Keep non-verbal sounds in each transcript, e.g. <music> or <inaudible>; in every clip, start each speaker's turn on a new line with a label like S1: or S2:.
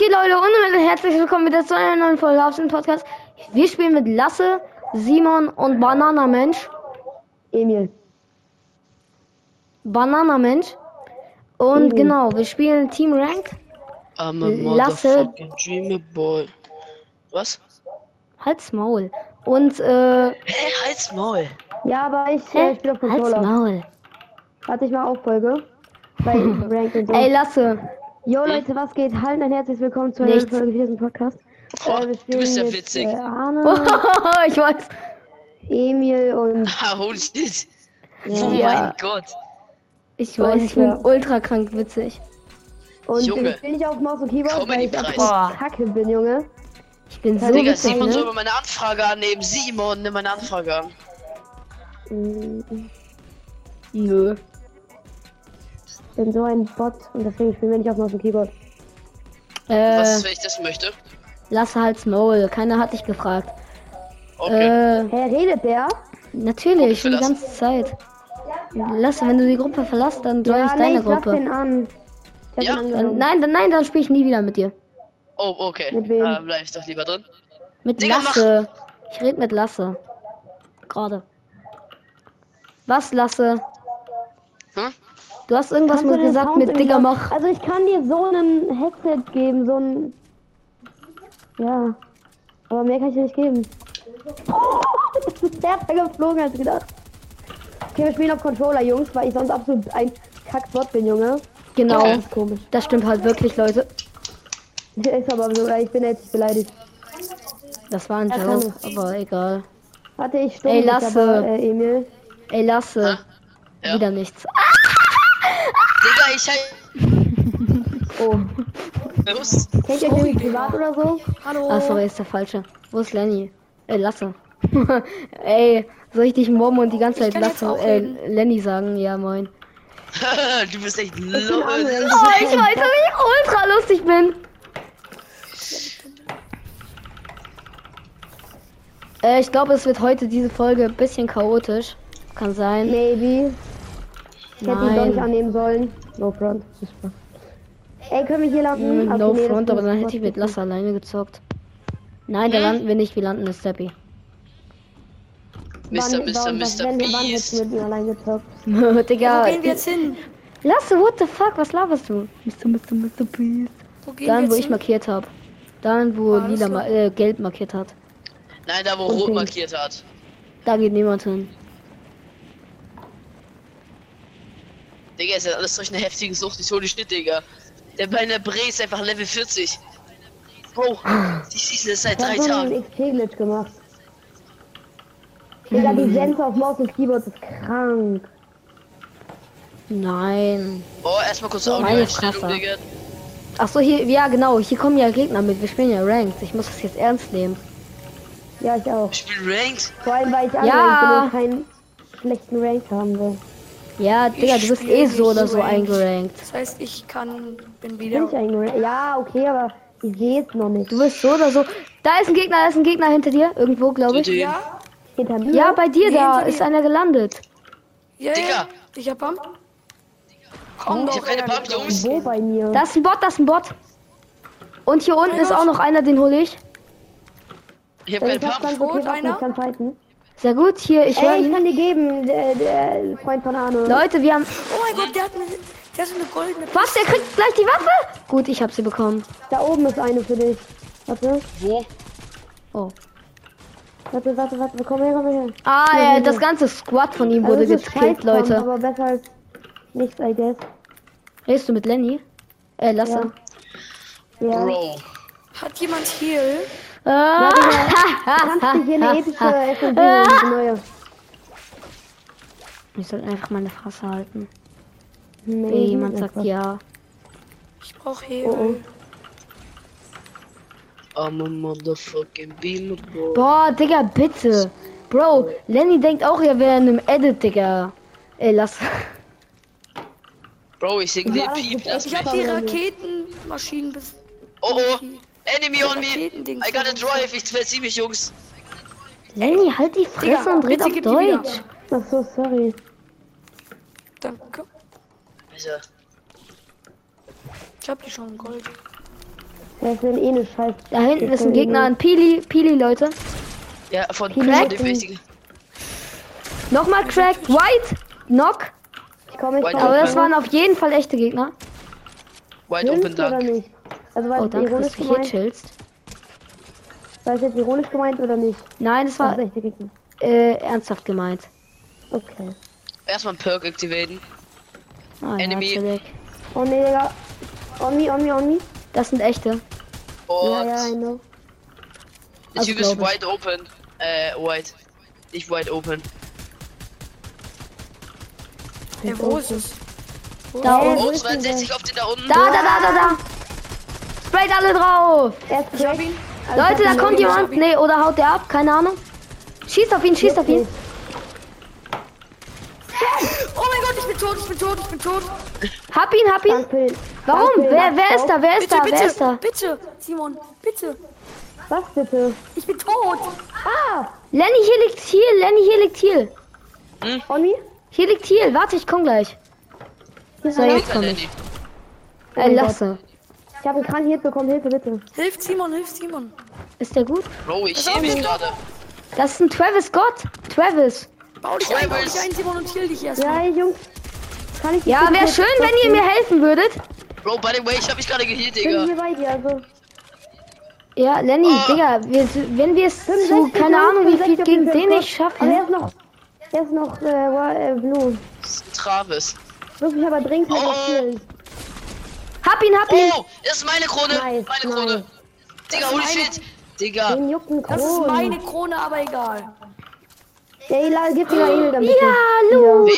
S1: Leute und damit herzlich willkommen wieder zu einer neuen Folge auf dem Podcast. Wir spielen mit Lasse, Simon und Bananamensch.
S2: Emil.
S1: Bananamensch.
S2: Oh.
S1: Und genau, wir spielen Team Rank.
S3: I'm a
S1: Lasse-
S3: motherfucking dreamer boy. Was?
S1: Halt's Maul. Und äh,
S3: Hey, halt's Maul.
S2: Ja, aber ich äh,
S1: halt's
S2: spiele auf Controller.
S1: Maul.
S2: Warte ich mal auf Folge.
S1: <laughs>
S2: Bei Rank und so.
S1: Ey Lasse,
S2: Yo Leute, was geht? Hallo und herzlich willkommen zu einer neuen
S1: Nichts.
S2: Folge von diesem Podcast.
S3: Boah,
S2: Äh, wir
S3: du bist ja
S2: spielen mit,
S3: witzig.
S2: Äh,
S1: Oh.
S2: Arne,
S1: <laughs> ich weiß.
S2: Emil und äh,
S3: Ah, <laughs> holy shit. Oh <laughs>
S1: Ja.
S3: mein Gott.
S1: Ich weiß, ich bin
S2: Ja.
S1: ultra krank witzig.
S2: und
S3: Junge.
S2: ich bin nicht auf Maus und Keyboard, weil ich
S3: Comedy-Preis.
S2: einfach Kacke bin, Junge.
S1: Ich bin so
S2: Ja,
S3: Digga,
S1: witzig.
S3: Simon soll
S1: Ne?
S3: mir meine Anfrage annehmen. Simon, nimm meine Anfrage an.
S2: Ich
S1: Nö.
S2: bin so ein Bot und deswegen spielen wir nicht auf Maus und Keyboard.
S3: Was
S1: Äh,
S3: ist, wenn ich das möchte?
S1: Lasse halt's Maul. Keiner hat dich gefragt.
S3: Okay.
S1: Äh,
S2: Hä, redet der?
S1: natürlich, schon die
S3: verlassen.
S1: ganze Zeit. Lasse, wenn du die Gruppe verlässt, dann join ich
S2: nee,
S1: deine
S2: ich lass
S1: Gruppe. Äh,
S2: den an. Ich hab
S3: Ja.
S2: ihn
S1: Dann,
S2: angenommen.
S1: nein, dann, nein, dann spiele ich nie wieder mit dir.
S3: Oh, okay.
S2: Mit wem?
S3: Da bleib ich doch lieber drin.
S1: Mit
S3: Digga,
S1: Lasse. Ich rede mit Lasse. Gerade. Was, Lasse?
S3: Hm?
S1: Du hast irgendwas
S2: Kannst du
S1: mit
S2: den
S1: gesagt
S2: Sound
S1: mit
S2: irgendwie
S1: Digga
S2: an-
S1: mach.
S2: Also ich kann dir so einen Headset geben, so ein. Ja. Aber mehr kann ich dir nicht geben. <laughs> das ist härter geflogen als gedacht. Okay, wir spielen auf Controller, Jungs, weil ich sonst absolut ein Kackbot bin, Junge.
S1: Genau.
S3: Okay.
S2: Das ist komisch. <laughs>
S1: Das stimmt halt wirklich, Leute.
S2: Ist aber so, ich bin jetzt beleidigt.
S1: Das war ein
S2: Ja,
S1: Joke,
S2: kann
S1: aber egal.
S2: Hatte ich Sturm
S1: Ey,
S2: mit
S1: Lasse.
S2: dabei, äh, Emil.
S1: Ey, Lasse.
S3: Ja.
S1: Wieder nichts.
S3: Digga, ich halt.
S2: Oh.
S3: Los. <laughs>
S2: Kennt ihr euch irgendwie privat oder so? Hallo.
S1: Ah, sorry, ist der falsche. Wo ist Lenny? Ey, Lasse. <laughs> Ey, soll ich dich mobben und die ganze Zeit Lasse, äh, Lenny sagen? Ja, moin.
S3: du bist echt lol.
S1: Oh, ich weiß, dass ich ultra lustig bin. Äh, ich glaube, es wird heute diese Folge ein bisschen chaotisch. Kann sein.
S2: Maybe. Ich hätte ihn doch nicht
S1: Nein.
S2: annehmen sollen. No front. Das war- Ey, können wir hier landen?
S1: Mit Mm, No
S2: Okay, Also, nee, das
S1: Front, aber
S2: ist
S1: dann hätte ich mit Lasse alleine gezockt. Nein, da landen wir nicht, wir landen mit Steppy.
S2: Wann-
S3: Mr. Mr.
S2: wann-
S3: Mr.
S2: wann- wann wird's
S3: Beast.
S2: mit mir allein gezockt?
S1: Digga.
S4: Wo gehen wir jetzt hin?
S1: Lasse, what the fuck, was laberst du? Mr. Mr. Mr. Beast.
S4: Wo gehen wir
S1: Dann, wo
S4: jetzt
S1: ich
S4: hin?
S1: markiert habe. Dann, wo
S4: Alles
S1: Lila
S4: klar.
S1: ma äh, gelb markiert hat.
S3: Nein, da wo rot markiert hat.
S1: Da geht niemand hin.
S3: Digga, ist ja alles durch eine heftige Sucht. Ich hole die Schnitt, Digga. Der meine Bre ist einfach Level 40. Bro, die schießen das seit
S2: Ich
S3: drei
S2: hab so
S3: Tagen.
S2: einen XP-Glitch gemacht. Digga, die Sense auf Maus und Keyboard ist krank.
S1: Nein.
S3: Oh, erstmal kurz
S1: meine
S3: Audio-Einstellung,
S1: Fresse.
S3: Digga.
S1: Ach so, hier, ja genau, hier kommen ja Gegner mit. Wir spielen ja Ranked. Ich muss das jetzt ernst nehmen.
S2: Ja, ich auch.
S3: Ich bin ranked.
S2: Vor allem, weil ich
S1: Ja.
S2: ja. keinen schlechten Rank haben will.
S1: Ja, Digga, du
S4: Ich
S1: bist
S4: spiel
S1: eh so
S4: nicht
S1: oder so
S4: ranked.
S1: eingerankt.
S4: Das heißt, ich kann, bin
S2: Bin
S4: wieder.
S2: ich ein Rank? Ja, okay, aber ich sehe es noch nicht.
S1: Du bist so oder so. Da ist ein Gegner, da ist ein Gegner hinter dir. Irgendwo, glaube ich.
S3: Ja.
S4: Ja,
S2: Hinter mir?
S1: Ja, bei dir
S4: Nee,
S1: da
S4: hinter mir.
S1: ist einer gelandet.
S4: ja,
S3: Digga.
S4: ja. Ich hab Pump. Komm
S3: Ich
S4: doch
S3: hab keine
S4: her,
S3: Pump,
S4: Digga.
S3: Jungs.
S2: Wo bei mir?
S1: Da ist ein Bot, da ist ein Bot. Und hier unten ist auch noch einer, den hole ich.
S3: Ich hab
S2: ich
S3: keinen
S2: hab ganz
S3: Pump.
S2: okay
S4: Rot,
S2: Waffen, ich
S4: einer?
S2: kann fighten.
S1: Sehr gut, hier, ich höre
S2: Ey, ich
S1: ihn.
S2: kann dir geben, der, der Freund von Arno.
S1: Leute, wir haben.
S4: Oh mein Gott, der hat eine, der hat eine goldene.
S1: Was? Der kriegt gleich die Waffe? Gut, ich hab sie bekommen.
S2: Da oben ist eine für dich. Warte,
S3: Wo?
S1: Oh.
S2: warte, warte, warte, komm her, komm her.
S1: Ah,
S2: Ja,
S1: äh,
S2: hier.
S1: das ganze Squad von ihm wurde
S2: Also es ist
S1: gekillt,
S2: Scheißkampf,
S1: Leute.
S2: Aber besser als nichts, I guess.
S1: Redest du mit Lenny? Äh, Lasse.
S2: Ja. Ja.
S3: Bro.
S4: Hat jemand Heal?
S1: Ah,
S2: Kannst du hier eine epische SMG
S1: Ah.
S2: holen, die neue?
S1: Ich soll einfach meine Fresse halten.
S2: Nee,
S1: Ehe
S2: die
S1: jemand
S2: ist
S1: sagt
S2: einfach-
S1: ja.
S4: Ich brauch Heal.
S2: Oh,
S3: I'm a motherfucking beamer, bro.
S1: Boah, Digga, bitte. Bro, Lenny denkt auch, er wäre in einem Edit, Digga. Ey, lass.
S3: Bro, ich sing den
S2: Ja,
S3: Piep.
S2: das
S3: Lass
S4: Ich
S3: mich.
S4: hab die Raketenmaschinen bis.
S3: Oh, oh. Enemy on me.
S4: Raketendings.
S3: I got a drive. Ich verzieh mich, Jungs.
S1: Lenny, halt die Fresse
S4: Digga,
S1: und red
S4: bitte
S1: auf
S4: gib die
S1: Deutsch.
S2: Ach so, sorry.
S4: Danke.
S3: Alter.
S4: Ich hab die schon Gold.
S2: Das sind eh ne Scheiß.
S1: Da hinten ist ein Gegner an Pili, Pili, Leute.
S3: Ja, von, von
S1: Crack?
S3: dem Mächtigen.
S1: Nochmal cracked, White, Knock.
S2: Ich komme jetzt
S3: Wait,
S1: Aber
S3: Okay.
S1: das waren auf jeden Fall echte Gegner.
S3: Wide Open
S2: oder
S3: Dunk.
S2: nicht? Also war
S1: Oh,
S2: es
S1: danke, dass
S2: ironisch
S1: du hier
S2: gemeint?
S1: chillst.
S2: War es jetzt ironisch gemeint oder nicht?
S1: Nein, das war
S2: Das ist echt der Gegner.
S1: äh, ernsthaft gemeint.
S2: Okay.
S3: Erstmal einen Perk aktivieren.
S1: Ah,
S3: Enemy.
S1: ja, chillig.
S2: Oh ne, Digga. On me, on me, on me.
S1: das sind echte.
S3: Und
S2: Ja, ja, I know.
S3: der Typ
S1: das
S3: ist
S1: glaub
S3: wide open. Äh, wide. Nicht wide open.
S4: Hey, wo ist es? Wo
S1: Da
S4: ist
S1: oben.
S2: Wo
S3: Oh,
S2: ist denn
S3: 62 auf den da unten.
S1: Da, da, da, da, da. Sprayt alle drauf.
S2: Er ist
S4: es? Ich hab
S2: cracked.
S4: ihn.
S1: Also, Leute, da kommt jemand. Nee, oder haut der ab, keine Ahnung. Schießt auf ihn, schießt auf ihn.
S4: Oh mein Gott, ich bin tot, ich bin tot, ich bin tot.
S1: Hab ihn, hab ihn.
S2: Danke für den-
S1: Warum?
S2: danke für den
S1: Wer, wer ist
S2: Abschaub.
S1: da? Wer ist
S4: Bitte,
S1: da? Wer ist
S4: bitte,
S1: da?
S4: bitte, Simon, bitte.
S2: Was bitte?
S4: Ich bin tot.
S2: Ah!
S1: Lenny, hier liegt Heal. Lenny, hier liegt Heal.
S2: On me?
S1: Hier liegt Heal. Warte, ich komm gleich. So, jetzt
S3: Hinter
S1: komm ich.
S3: Lenny.
S1: Ey, Lasse.
S2: Ich habe einen kranken Hit bekommen. Hilfe, bitte.
S4: Hilft Simon, hilft Simon.
S1: Ist der gut?
S3: Bro, ich schäme mich gerade.
S1: Das ist ein Travis Scott. Travis.
S4: Bau dich ein, bau
S3: Travis.
S4: dich ein, Simon, und heal dich erstmal.
S2: Ja, ey, Jungs. Kann ich
S1: Ja, wäre schön, wenn ihr mir helfen würdet.
S3: Bro, by the way, ich hab mich gerade geheilt,
S2: Ich bin
S3: Digga.
S2: hier bei dir, also.
S1: Ja, Lenny,
S4: Oh.
S3: Ah.
S1: Digga, wir, wenn wir es zu,
S2: 65
S1: keine
S2: Minuten,
S1: Ahnung, wie viel
S2: 65
S1: gegen den
S2: Minuten.
S1: ich schaffen.
S2: Aber er ist noch. Er ist noch, äh, wa- äh, blue.
S3: Das ist ein Travis.
S2: Muss mich aber dringend
S3: Oh,
S2: noch
S3: oh.
S2: spielen.
S1: Hab ihn, hab ihn.
S3: Oh, das ist meine Krone.
S2: Nice,
S3: meine
S2: nice.
S3: Krone. Digga, holy shit. Digga,
S2: Den juckt ein Kron.
S4: Das ist meine Krone, aber egal.
S2: Der Ela gibt mir Heal damit.
S1: Ja, Lu.
S3: wem?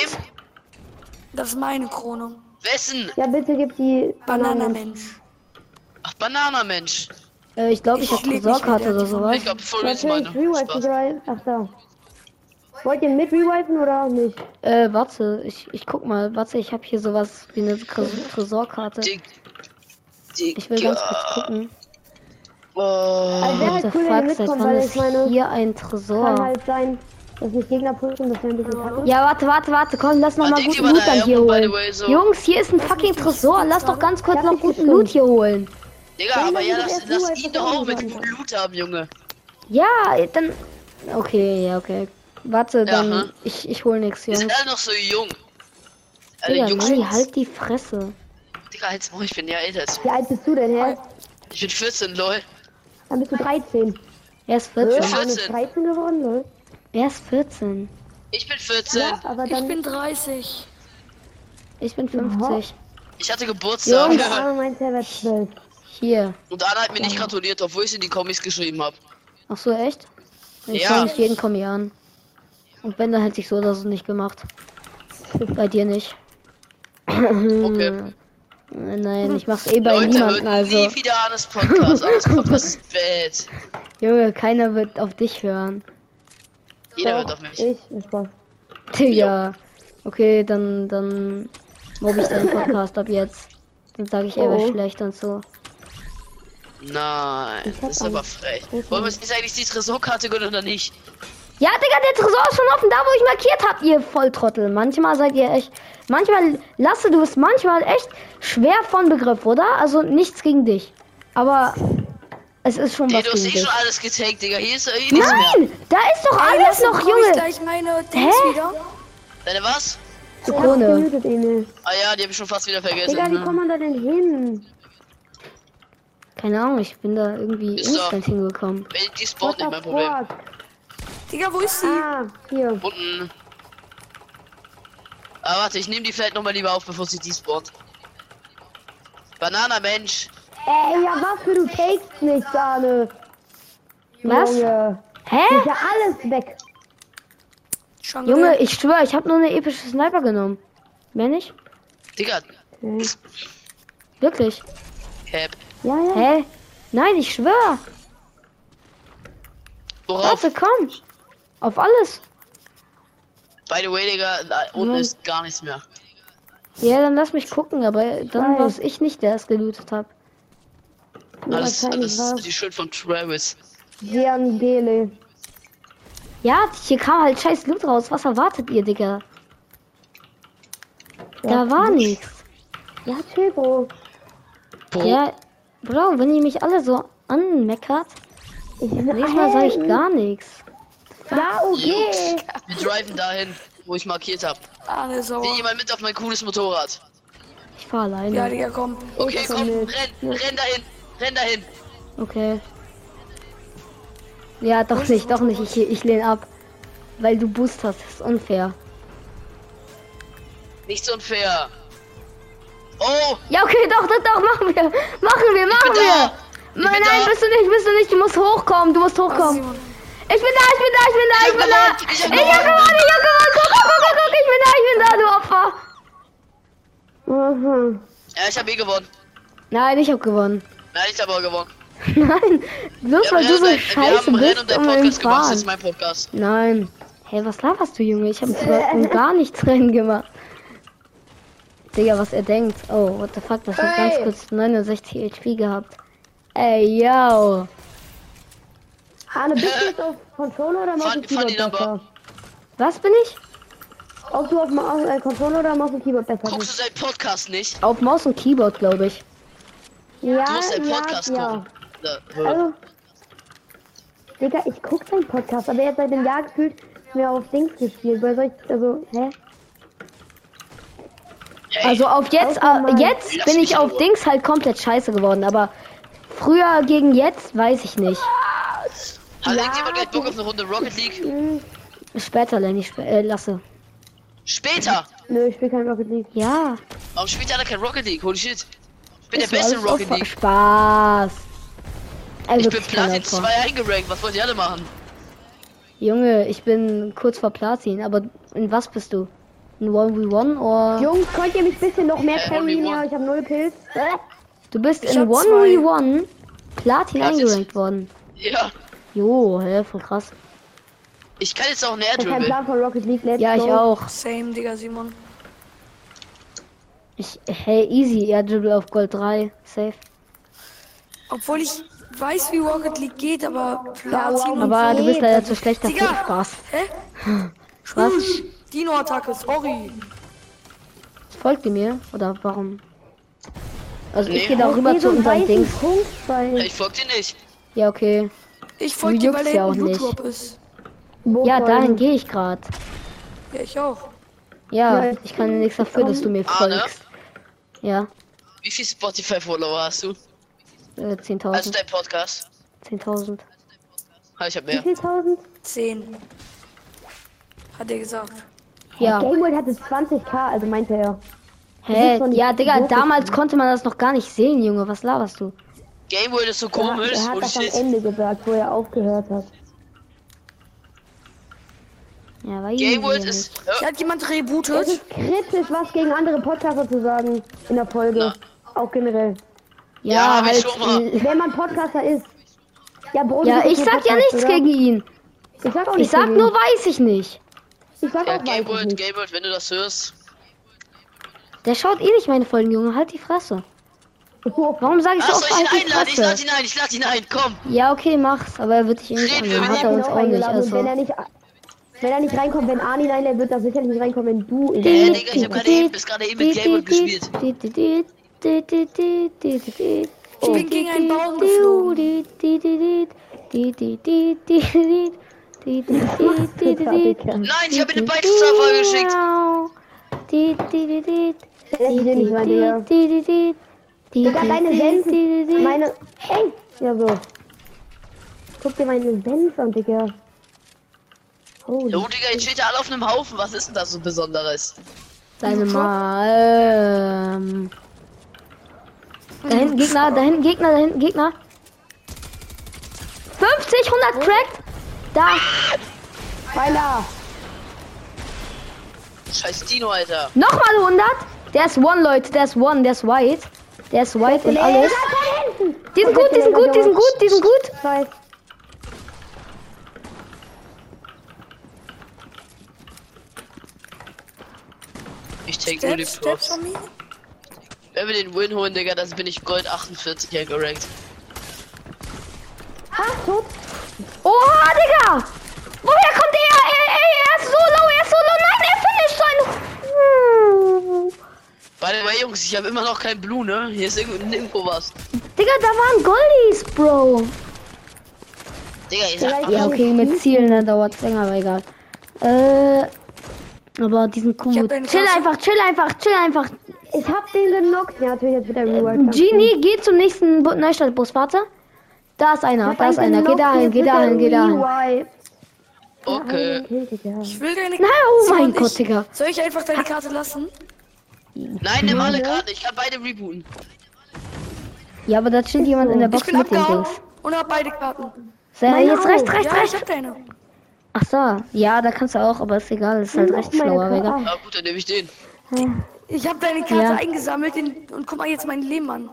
S4: Das ist meine Krone.
S3: Wessen?
S2: Ja, bitte gib die Banane.
S4: Bananamensch.
S3: Ach, Bananamensch.
S1: Äh, ich glaube, ich
S4: Ich
S1: hab
S4: leb nicht
S1: Sorgkarte
S4: mit der
S1: oder sowas.
S3: Ich glaube, voll
S2: Ja,
S3: ist
S2: Natürlich,
S3: meine.
S2: rewipe
S3: Spaß.
S2: wieder. Ach da. Wollt ihr mit rewipen oder nicht?
S1: Äh, warte, ich, ich guck mal. Warte, ich hab hier sowas wie eine Tres- Tresorkarte.
S3: Dig.
S1: Ich will ganz
S3: Digga.
S1: kurz gucken.
S3: Oh.
S2: Also
S1: What
S2: wäre halt
S1: the
S2: cool,
S1: fuck,
S2: wenn ihr
S1: seit
S2: mitkommt,
S1: wann
S2: weil ich
S1: ist
S2: meine,
S1: hier ein Tresor?
S2: kann halt sein, dass mich Gegner pushen, das wäre ein bisschen kacke.
S1: Oh. Ja, warte, warte, warte, komm, lass noch
S3: Ah,
S1: mal
S3: denk
S1: guten
S3: über
S1: Loot dann
S3: deine
S1: hier
S3: Augen, by
S1: holen.
S3: the way, so.
S1: Jungs, hier ist ein fucking Tresor, lass doch ganz kurz
S2: Ja,
S1: noch
S2: das ist
S1: guten
S2: dumm.
S1: Loot hier holen.
S3: Digga, aber
S2: Nein,
S3: ja,
S2: nein,
S3: lass,
S2: erst
S3: lass
S2: nur,
S3: ihn
S2: erst
S3: doch
S2: nur
S3: auch mit
S2: sagen.
S3: gutem Loot haben, Junge.
S1: Ja, dann. Okay, ja, okay. Warte, dann.
S3: Aha.
S1: Ich, ich hol nix,
S3: Wir
S1: Jungs.
S3: sind alle noch so jung. Alle
S1: Digga,
S3: Jungs.
S1: Manni, halt die Fresse.
S3: Digga, halt's Maul, Oh, ich bin ja älter. als-
S2: Wie alt bist du denn, hä?
S3: Ich bin 14, lol.
S2: Dann bist du 13.
S1: Er ist
S2: Äh,
S1: 14.
S3: Ja.
S2: Arne ist
S3: 14.
S2: 13 geworden, lol.
S1: Er ist 14.
S3: Ich bin 14.
S2: Aber
S4: Ich
S2: dann,
S4: bin 30.
S1: Ich bin 50.
S3: Ich hatte Geburtstag.
S2: der Arme meint, er wird 12.
S1: Hier.
S3: Und Anna hat mir nicht gratuliert, obwohl ich sie in die Comics geschrieben habe.
S1: Ach so, echt? Ich
S3: Ja.
S1: schau nicht jeden Kommi an. Und wenn, dann hätte ich so oder so nicht gemacht. Bei dir nicht.
S3: Okay.
S1: Äh, Nein, ich mach's eh Mm, bei
S3: Leute, hört
S1: niemandem, also.
S3: nie wieder Annas
S1: <laughs>
S3: Podcast. Annas Podcast ist bad.
S1: Junge, keiner wird auf dich hören. <laughs>
S3: Jeder
S2: Doch,
S3: hört auf mich.
S2: Ich, ich Spaß.
S1: Digga. Okay, dann, dann mobb ich
S3: <laughs>
S1: deinen Podcast ab jetzt. Dann sage ich, er
S2: Oh.
S1: wäre schlecht und so.
S3: Nein, das ist aber frech. Wollen wir uns jetzt eigentlich die Tresorkarte gönnen oder nicht?
S1: Ja, Digga, der Tresor ist schon offen, da wo ich markiert hab, ihr Volltrottel. Manchmal seid ihr echt. Manchmal, Lasse, du bist manchmal echt schwer von Begriff, oder? Also nichts gegen dich. Aber es ist schon
S3: Nee,
S1: was
S3: du hast
S1: gegen
S3: eh
S1: dich.
S3: schon alles getankt, Digga. Hier ist eh nichts mehr.
S1: Nein! Da Ah, ist doch
S4: Ey,
S1: alles
S4: lass
S1: noch,
S4: noch, Junge. Ich
S1: Junge!
S4: gleich meine Dings
S1: Hä?
S4: wieder.
S3: Deine was?
S1: Die
S2: Ich hab's
S1: Krone.
S2: gemutet, Emil.
S3: Ah ja, die habe ich schon fast wieder vergessen.
S2: Digga, wie
S3: Hm.
S2: kommt man da denn hin?
S1: Keine Ahnung, ich bin da irgendwie
S3: Ist da.
S1: instant hingekommen.
S3: Wenn ich die
S2: What
S3: spawnt, nicht
S2: the
S3: mein Problem.
S2: fuck?
S4: Digga, wo ist sie?
S2: Ah, hier.
S3: Unten. Ah, warte, ich nehme die vielleicht nochmal lieber auf, bevor sie die spawnt. Banana Mensch.
S2: Ey, ja, was für du takest nichts, Arne.
S1: Was?
S2: Junge.
S1: Hä?
S2: Ist ja alles weg.
S4: Schon
S1: Junge, ich schwöre, ich habe nur eine epische Sniper genommen. Mehr nicht?
S3: Digga,
S2: Okay.
S1: Wirklich?
S3: Cap.
S2: Ja, ja.
S1: Hä? Nein, ich schwöre.
S3: Worauf?
S1: Warte, komm. Auf alles.
S3: By the way, Digga, da unten
S1: Nein.
S3: ist gar nichts mehr.
S1: Ja, dann lass mich gucken, aber dann
S2: Nein.
S1: war es ich nicht, der es gelootet hab.
S3: Alles,
S2: wahrscheinlich
S3: alles
S2: war's.
S3: die Schuld von Travis.
S2: Giangele.
S1: Ja, hier kam halt scheiß Loot raus. Was erwartet ihr, Digga? Da war nichts.
S2: Ja, chill, Bro.
S3: Bro,
S1: Ja, Bro, wenn ihr mich alle so anmeckert,
S2: Ich
S1: nächstes Mal sage ich gar nichts.
S2: Ja, okay.
S3: Wir driven dahin, wo ich markiert habe.
S4: Alle
S3: Will
S4: sauer.
S3: jemand mit auf mein cooles Motorrad?
S1: Ich fahr alleine.
S4: Ja, Digga, komm.
S1: Oh,
S3: Okay,
S2: Ich komm
S3: komm,
S2: mit.
S3: renn, renn dahin, renn dahin.
S1: Okay. Ja, doch nicht, doch nicht. Ich, ich lehne ab. Weil du Boost hast. Das ist unfair.
S3: Nicht so unfair. Oh,
S1: Ja, okay, doch, doch, doch. Machen wir. Machen wir, machen
S3: bin da.
S1: wir.
S3: Ich
S1: Nein,
S3: bin
S1: nein,
S3: da. Also-
S1: bist du nicht, bist du nicht. Du musst hochkommen. Du musst
S4: Was,
S1: hochkommen.
S4: Simon?
S1: Ich bin da, ich bin da, ich bin da, ich bin da.
S3: Ich
S1: Ich
S3: hab
S1: hab
S3: gewonnen, ich
S1: gewonnen,
S3: hab
S1: ich hab gewonnen. Guck, guck, guck, guck, guck. Ich bin da, ich bin da, du Opfer.
S2: Mhm.
S3: ja, ich habe eh gewonnen.
S1: Nein, ich hab gewonnen. <laughs>
S3: Nein, ich habe auch gewonnen.
S1: Nein. Bloß
S3: Wir
S1: weil
S3: haben,
S1: du so
S3: Rennen- wir
S1: scheiße
S3: haben Rennen
S1: bist
S3: und einen
S1: um den
S3: Podcast gemacht, das ist
S1: Fahren.
S3: mein Podcast.
S1: Nein. Hey, was laberst du, Junge? Ich hab sogar
S3: <laughs>
S1: um gar nichts rein gemacht. Digga, was er denkt. Oh, what the fuck, das hat ganz
S2: Ey.
S1: kurz 69 HP gehabt. Ey, yo.
S2: Hanne, bist du jetzt auf Controller oder Maus
S3: Fun-
S2: und Keyboard
S3: funny number.
S2: besser?
S1: Was bin ich?
S2: Ob du auf Ma- auf, äh, Controller oder Maus und Keyboard besser
S3: Guckst
S2: bist?
S3: du seinen Podcast nicht?
S1: Auf Maus und Keyboard, glaube ich.
S2: Ja,
S3: Du musst deinen
S2: ja,
S3: Podcast
S2: ja.
S3: gucken. Ja.
S2: Also, Digga, ich guck deinen Podcast, aber jetzt seit dem Jahr gefühlt mehr auf Dings gespielt. Weil soll ich, also, hä?
S3: Ey,
S1: Also auf jetzt,
S2: Auf
S1: äh,
S2: Mann.
S1: jetzt
S3: Lass
S1: bin
S3: mich
S1: ich
S3: in
S1: auf
S3: Ruhe.
S1: Dings halt komplett scheiße geworden, aber früher gegen jetzt weiß ich nicht.
S3: hat irgendjemand gleich Bock auf eine Runde Rocket League?
S1: Später lerne ich spä äh, lasse.
S3: Später!
S2: Nö, ich spiel kein Rocket League.
S1: Ja.
S3: Warum spielt einer kein Rocket League? Holy shit. Ich bin der
S1: ist so,
S3: Beste in
S1: alles
S3: Rocket
S1: Opfer-
S3: League.
S1: Spaß. Ey,
S2: also
S3: Ich bin
S1: wirklich kein
S3: Platin
S1: Opfer.
S3: 2 eingerankt. Was wollt ihr alle machen?
S1: Junge, ich bin kurz vor Platin, aber in was bist du? In 1v1 oder?
S2: Jungs, könnt ihr mich ein bisschen noch mehr
S3: Äh,
S2: carryen?
S3: only one.
S2: Ja, ich hab null Kills. Äh?
S1: Du bist
S4: Ich
S1: in
S4: hab
S1: 1v1 Platin
S3: Das ist-
S1: eingerankt worden.
S3: Ja.
S1: Jo, hä, voll krass.
S3: Ich kann jetzt auch ein Air
S2: Ich hab keinen
S3: Dribble.
S2: Plan von Rocket League. Let's
S1: Ja, ich
S2: go.
S1: auch.
S4: Same, Digga, Simon.
S1: Ich, hey, easy, Air Dribble auf Gold 3, safe.
S4: Obwohl ich weiß, wie Rocket League geht, aber Platin und
S1: Aber du bist leider zu schlecht dafür.
S4: Digga.
S1: Spaß.
S4: Hä?
S1: <laughs>
S4: Hm.
S1: Spaß.
S4: Dino-Attacke, sorry.
S1: Folgt ihr mir? Oder warum? Also
S3: Nee.
S1: ich gehe da
S2: Ich
S1: rüber
S2: seh
S1: zu
S2: so einen
S1: unseren
S2: weißen
S1: Dings.
S2: Punkt bei
S3: Ich folg dir nicht.
S1: Ja, okay.
S4: Ich folge dir, weil
S1: juckt's
S4: er
S1: ja
S4: ja
S1: auch nicht.
S4: YouTube ist.
S1: Ja,
S2: Bochum.
S1: dahin gehe ich gerade.
S4: Ja, ich auch.
S1: Ja,
S2: Ja,
S1: ich kann nichts dafür, dass du mir
S3: Ah, ne?
S1: folgst. Ja,
S3: Wie viel Spotify-Follower hast du?
S1: äh,
S3: Also
S1: 10.000.
S3: dein Podcast?
S1: 10.000.
S3: Ah, ich hab
S2: Wie
S3: mehr.
S2: viel tausend?
S4: 10. Hat er gesagt.
S1: Ja.
S2: Gameworld hatte 20k, also meinte er.
S1: Hä?
S2: doch nicht
S1: Ja, Digga,
S2: so
S1: damals konnte man das noch gar nicht sehen, Junge. Was laberst du?
S3: Game World ist so
S2: Er,
S3: komisch.
S2: er hat
S3: Holy
S2: das am
S3: shit.
S2: Ende gesagt, wo er aufgehört hat.
S1: Ja, weil
S3: Game World ist.
S4: Hier
S3: Ja,
S4: hat jemand
S2: Es
S4: rebootet.
S2: ist kritisch, was gegen andere Podcaster zu sagen in der Folge. Auch generell.
S3: Ja,
S1: Ja,
S3: hab ich
S1: halt.
S3: schon mal.
S1: äh,
S2: Wenn man Podcaster ist. Ja, Brody,
S1: Ja,
S2: du bist
S1: ich
S2: ein
S1: sag ja
S2: Podcaster,
S1: nichts
S2: oder?
S1: gegen ihn.
S2: Ich sag auch
S1: Ich
S2: nichts
S1: sag
S2: gegen
S1: nur,
S2: ihn.
S1: weiß ich nicht.
S2: Ich sag
S3: ja
S2: auch
S3: Game
S2: weiß ich
S3: World,
S2: nicht.
S3: Game World, wenn du das hörst.
S1: Der schaut eh nicht meine Folgen, Junge. Halt die Fresse.
S2: Oh,
S1: Warum sage ich so
S3: Ach, Ah,
S1: oft,
S3: soll ich
S1: halt
S3: ihn
S1: die
S3: einladen? Ich lade
S1: Fresse?
S3: ihn ein, ich lade ihn ein, komm.
S1: Ja, okay, mach's. Aber er wird dich eh nicht
S3: Reden wir
S1: annehmen.
S3: mit
S1: Hat er
S2: ihn
S1: uns
S2: auch
S1: auch nicht.
S2: eingeladen. Und wenn er
S1: Also.
S2: nicht, wenn er nicht reinkommt, wenn Arnie reinlädt, wird er sicherlich nicht reinkommen, wenn du ihn
S3: Äh,
S2: reinlädst.
S3: Digga, ich hab gerade eben, bis gerade eben mit Game World gespielt.
S4: Ich bin gegen einen Baum geflogen.
S3: Nein, ich hab ihm eine Beichtstrafe geschickt.
S2: Ich will nicht mal, Digga. Digga, deine Sensen. Meine. Hey! Ja, so. Guck dir meine Sensen an, Digga. Holy.
S3: Jo, Digga, jetzt steht ihr alle auf einem Haufen. Was ist denn das so Besonderes?
S1: Deine Ma. Ähm. Da hinten Gegner, da hinten Gegner, da hinten Gegner. 50, 100 cracked. Da.
S2: Pfeiler!
S3: Scheiß Dino, Alter.
S1: Nochmal 100. Der ist one, Leute. Der ist one. Der ist white. Der ist white und alles. Die sind gut, die sind gut, die sind gut, die sind gut.
S2: Scheiß.
S3: Ich take nur die
S4: Steps,
S3: Props.
S4: Steps von mir.
S3: Wenn wir den Win holen, Digga, dann bin ich Gold 48 eingerankt.
S2: Ach, tot.
S1: Oha, Oh, Digga. Woher kommt er? Er, er, er ist so low, er ist so low. Nein, er finisht sein.
S3: By the way, Jungs, ich habe immer noch kein Blue, ne? Hier ist irgendwo, nirgendwo was.
S1: Digga, da waren Goldies, Bro.
S3: Digga, ich
S2: Vielleicht-
S3: sag,
S1: Ja, okay, mit Zielen ne, dauert es länger, aber egal. Äh, aber diesen Kuh.
S4: hab
S1: Chill
S4: den Kasten-
S1: einfach, chill einfach, chill einfach.
S2: Ich hab den genockt. Ja, natürlich jetzt wieder Rework.
S1: Genie, geh zum nächsten Bu- Neustadtbus, warte. Da ist einer, da ist einer. Geh dahin, geh dahin, geh dahin.
S3: okay.
S2: Okay.
S4: Ich will deine
S1: Nein, oh
S4: Soll
S1: mein
S4: ich-
S1: Gott, Digga.
S4: Soll ich einfach deine Karte lassen?
S3: Nein, nimm alle Karten, ich kann beide rebooten.
S1: Ja, aber da chillt jemand in der
S4: Ich
S1: Box
S4: bin
S1: mit den
S4: abgehauen
S1: Dings.
S4: und hab beide Karten.
S1: Sei
S2: Meine
S1: jetzt
S2: auch.
S1: rechts, rechts,
S4: Ja, ich
S1: rechts.
S4: hab deine.
S1: Ach so, ja, da kannst du auch, aber ist egal, ist halt recht schlauer, Digga.
S3: Na Ah, gut, dann nehme ich den.
S4: Ich hab deine Karte
S1: Ja.
S4: eingesammelt in, und guck mal jetzt mein Leben an.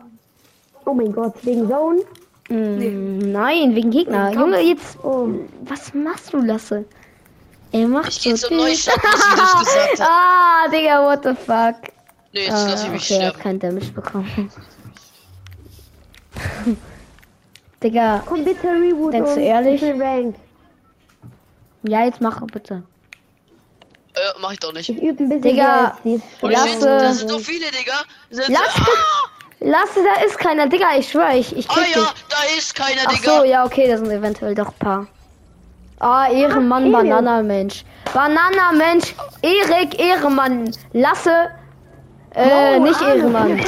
S2: Oh mein Gott, wegen Zone.
S1: Mm, Nein, wegen Gegner.
S4: Kampf.
S1: Junge, jetzt,
S2: Oh.
S1: was machst du, Lasse? Er macht
S3: Ich geh
S1: so
S3: zum Neustart,
S1: Dinge.
S3: wie ich gesagt hab.
S1: Ah, Digga, what the fuck.
S3: Nee, jetzt
S1: Ah,
S3: lass ich mich
S1: okay, er hat
S3: sterben.
S1: keinen Damage bekommen. <laughs> Digga,
S2: Komm bitte Reboot.
S1: Denkst du
S2: uns.
S1: ehrlich?
S2: Ich will Ranked.
S1: ja, jetzt mach bitte.
S3: Äh, mach ich doch nicht.
S2: Ich übe ein bisschen.
S1: Digga,
S2: DLC.
S3: Oh shit, da sind
S1: Lasse,
S3: so viele, Digga. Da Sind
S1: Lass-
S3: ah!
S1: Lasse, da ist keiner, Digga, ich schwör, ich, ich
S3: ah
S1: krieg
S3: ja,
S1: dich.
S3: da ist keiner,
S1: Ach
S3: Digga.
S1: so, ja, okay, da sind eventuell doch ein paar. Ah, Ehrenmann,
S2: Ah, Erik.
S1: Bananamensch. Bananamensch, Erik, Ehrenmann. Lasse,
S2: Oh,
S1: äh, nicht Ehrenmann.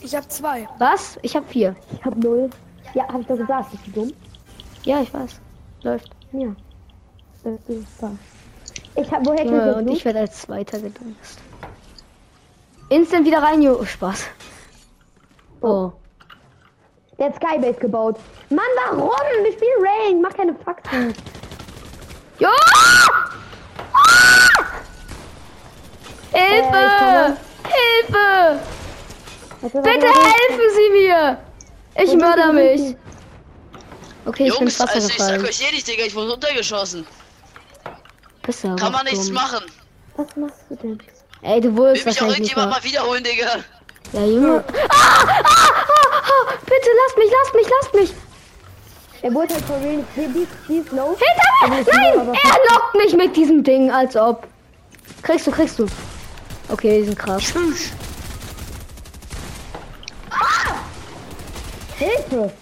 S4: Ich hab zwei.
S1: Was? Ich hab vier.
S2: Ich hab null. Ja, hab ich doch gesagt. Bist du dumm?
S1: Ja, ich weiß. Läuft.
S2: Ja. Das ist super. Ich hab, woher
S1: Junge, Äh, und
S2: kriegst
S1: ich
S2: du
S1: werde als Zweiter gedumst. Instant wieder rein, Jo. Spaß. Oh.
S2: Der hat Skybase gebaut. Mann, warum? Wir spielen Ranked. Mach keine Faxen.
S1: Jo! Ah!
S2: Äh,
S1: Hilfe! Hilfe!
S2: Warte, warte,
S1: Bitte
S2: warte.
S1: helfen Sie mir! Ich
S2: Wo sind
S1: mörder
S2: die
S1: mich.
S2: Münzen?
S1: Okay, ich bin
S3: Jungs,
S1: ins Wasser
S3: also ich sag
S1: gefallen.
S3: euch ehrlich, Digga, ich wurde runtergeschossen.
S1: Bist du
S3: Kann
S1: aber
S3: man nichts
S1: dumm.
S3: machen.
S2: Was machst du denn?
S1: Ey, du
S3: Will
S1: wurdest
S3: mich auch
S1: wahrscheinlich nicht
S3: irgendjemand
S1: mal.
S3: mal wiederholen, Digga.
S1: Ja, Junge. Ah, ah, ah, ah, bitte lasst mich, lasst mich, lasst mich!
S2: Er wurde halt von Real. Die, die, die ist low.
S1: Hinter mir!
S2: Aber ich bin
S1: Nein!
S2: aber-
S1: Er lockt mich mit diesem Ding, als ob. Kriegst du, kriegst du. Okay, die sind krass.
S4: Tschüss.
S2: Hilfe!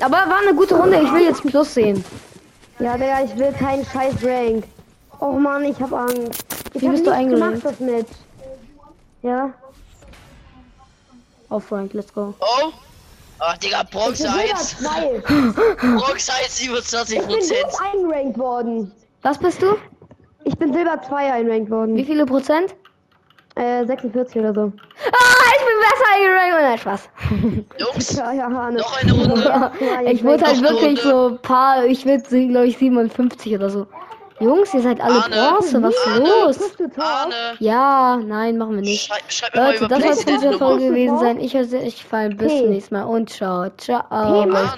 S1: Aber war eine gute Runde, ich will jetzt Plus sehen.
S2: Ja, Digga, ich will keinen scheiß Rank. Oh Mann, ich hab Angst. Ich
S1: Wie
S2: hab
S1: bist du
S2: nichts
S1: eingerankt?
S2: gemacht, das Match. Ja.
S1: Auf Frank, let's go.
S3: Oh. Ach, Digga, Bronx
S2: Ich bin sogar
S3: 1.
S2: zwei.
S3: Bronx 1, 27
S2: Ich bin
S3: Prozent.
S2: gut eingerankt worden.
S1: Was bist du?
S2: Ich bin Silber 2 eingerankt
S1: Wie
S2: worden.
S1: viele Prozent?
S2: Äh, 46 oder so.
S1: Ah, ich bin besser eingerankt. Oh, Nein, Spaß.
S3: Jungs,
S2: Ja, ja, Hane.
S3: noch
S1: <laughs>
S3: eine Runde.
S1: Ich wurde halt
S3: Noch eine
S1: wirklich so ein paar, ich würde glaube ich 57 oder so. Jungs, ihr seid alle
S3: Arne.
S1: Bronze, was ist
S2: Ah, ne.
S3: Arne.
S1: los?
S2: Bist du tot?
S3: Arne,
S1: Ja, nein, machen wir nicht.
S3: schreib, schreib mir mal
S1: Leute,
S3: über
S1: das soll es mit
S3: PlayStation.
S1: dieser
S3: Nummer.
S1: Folge gewesen sein. Ich hoffe, euch gefallen. Bis
S2: Okay.
S1: zum nächsten Mal und ciao. Ciao.
S2: Mann.
S1: Macht's gut.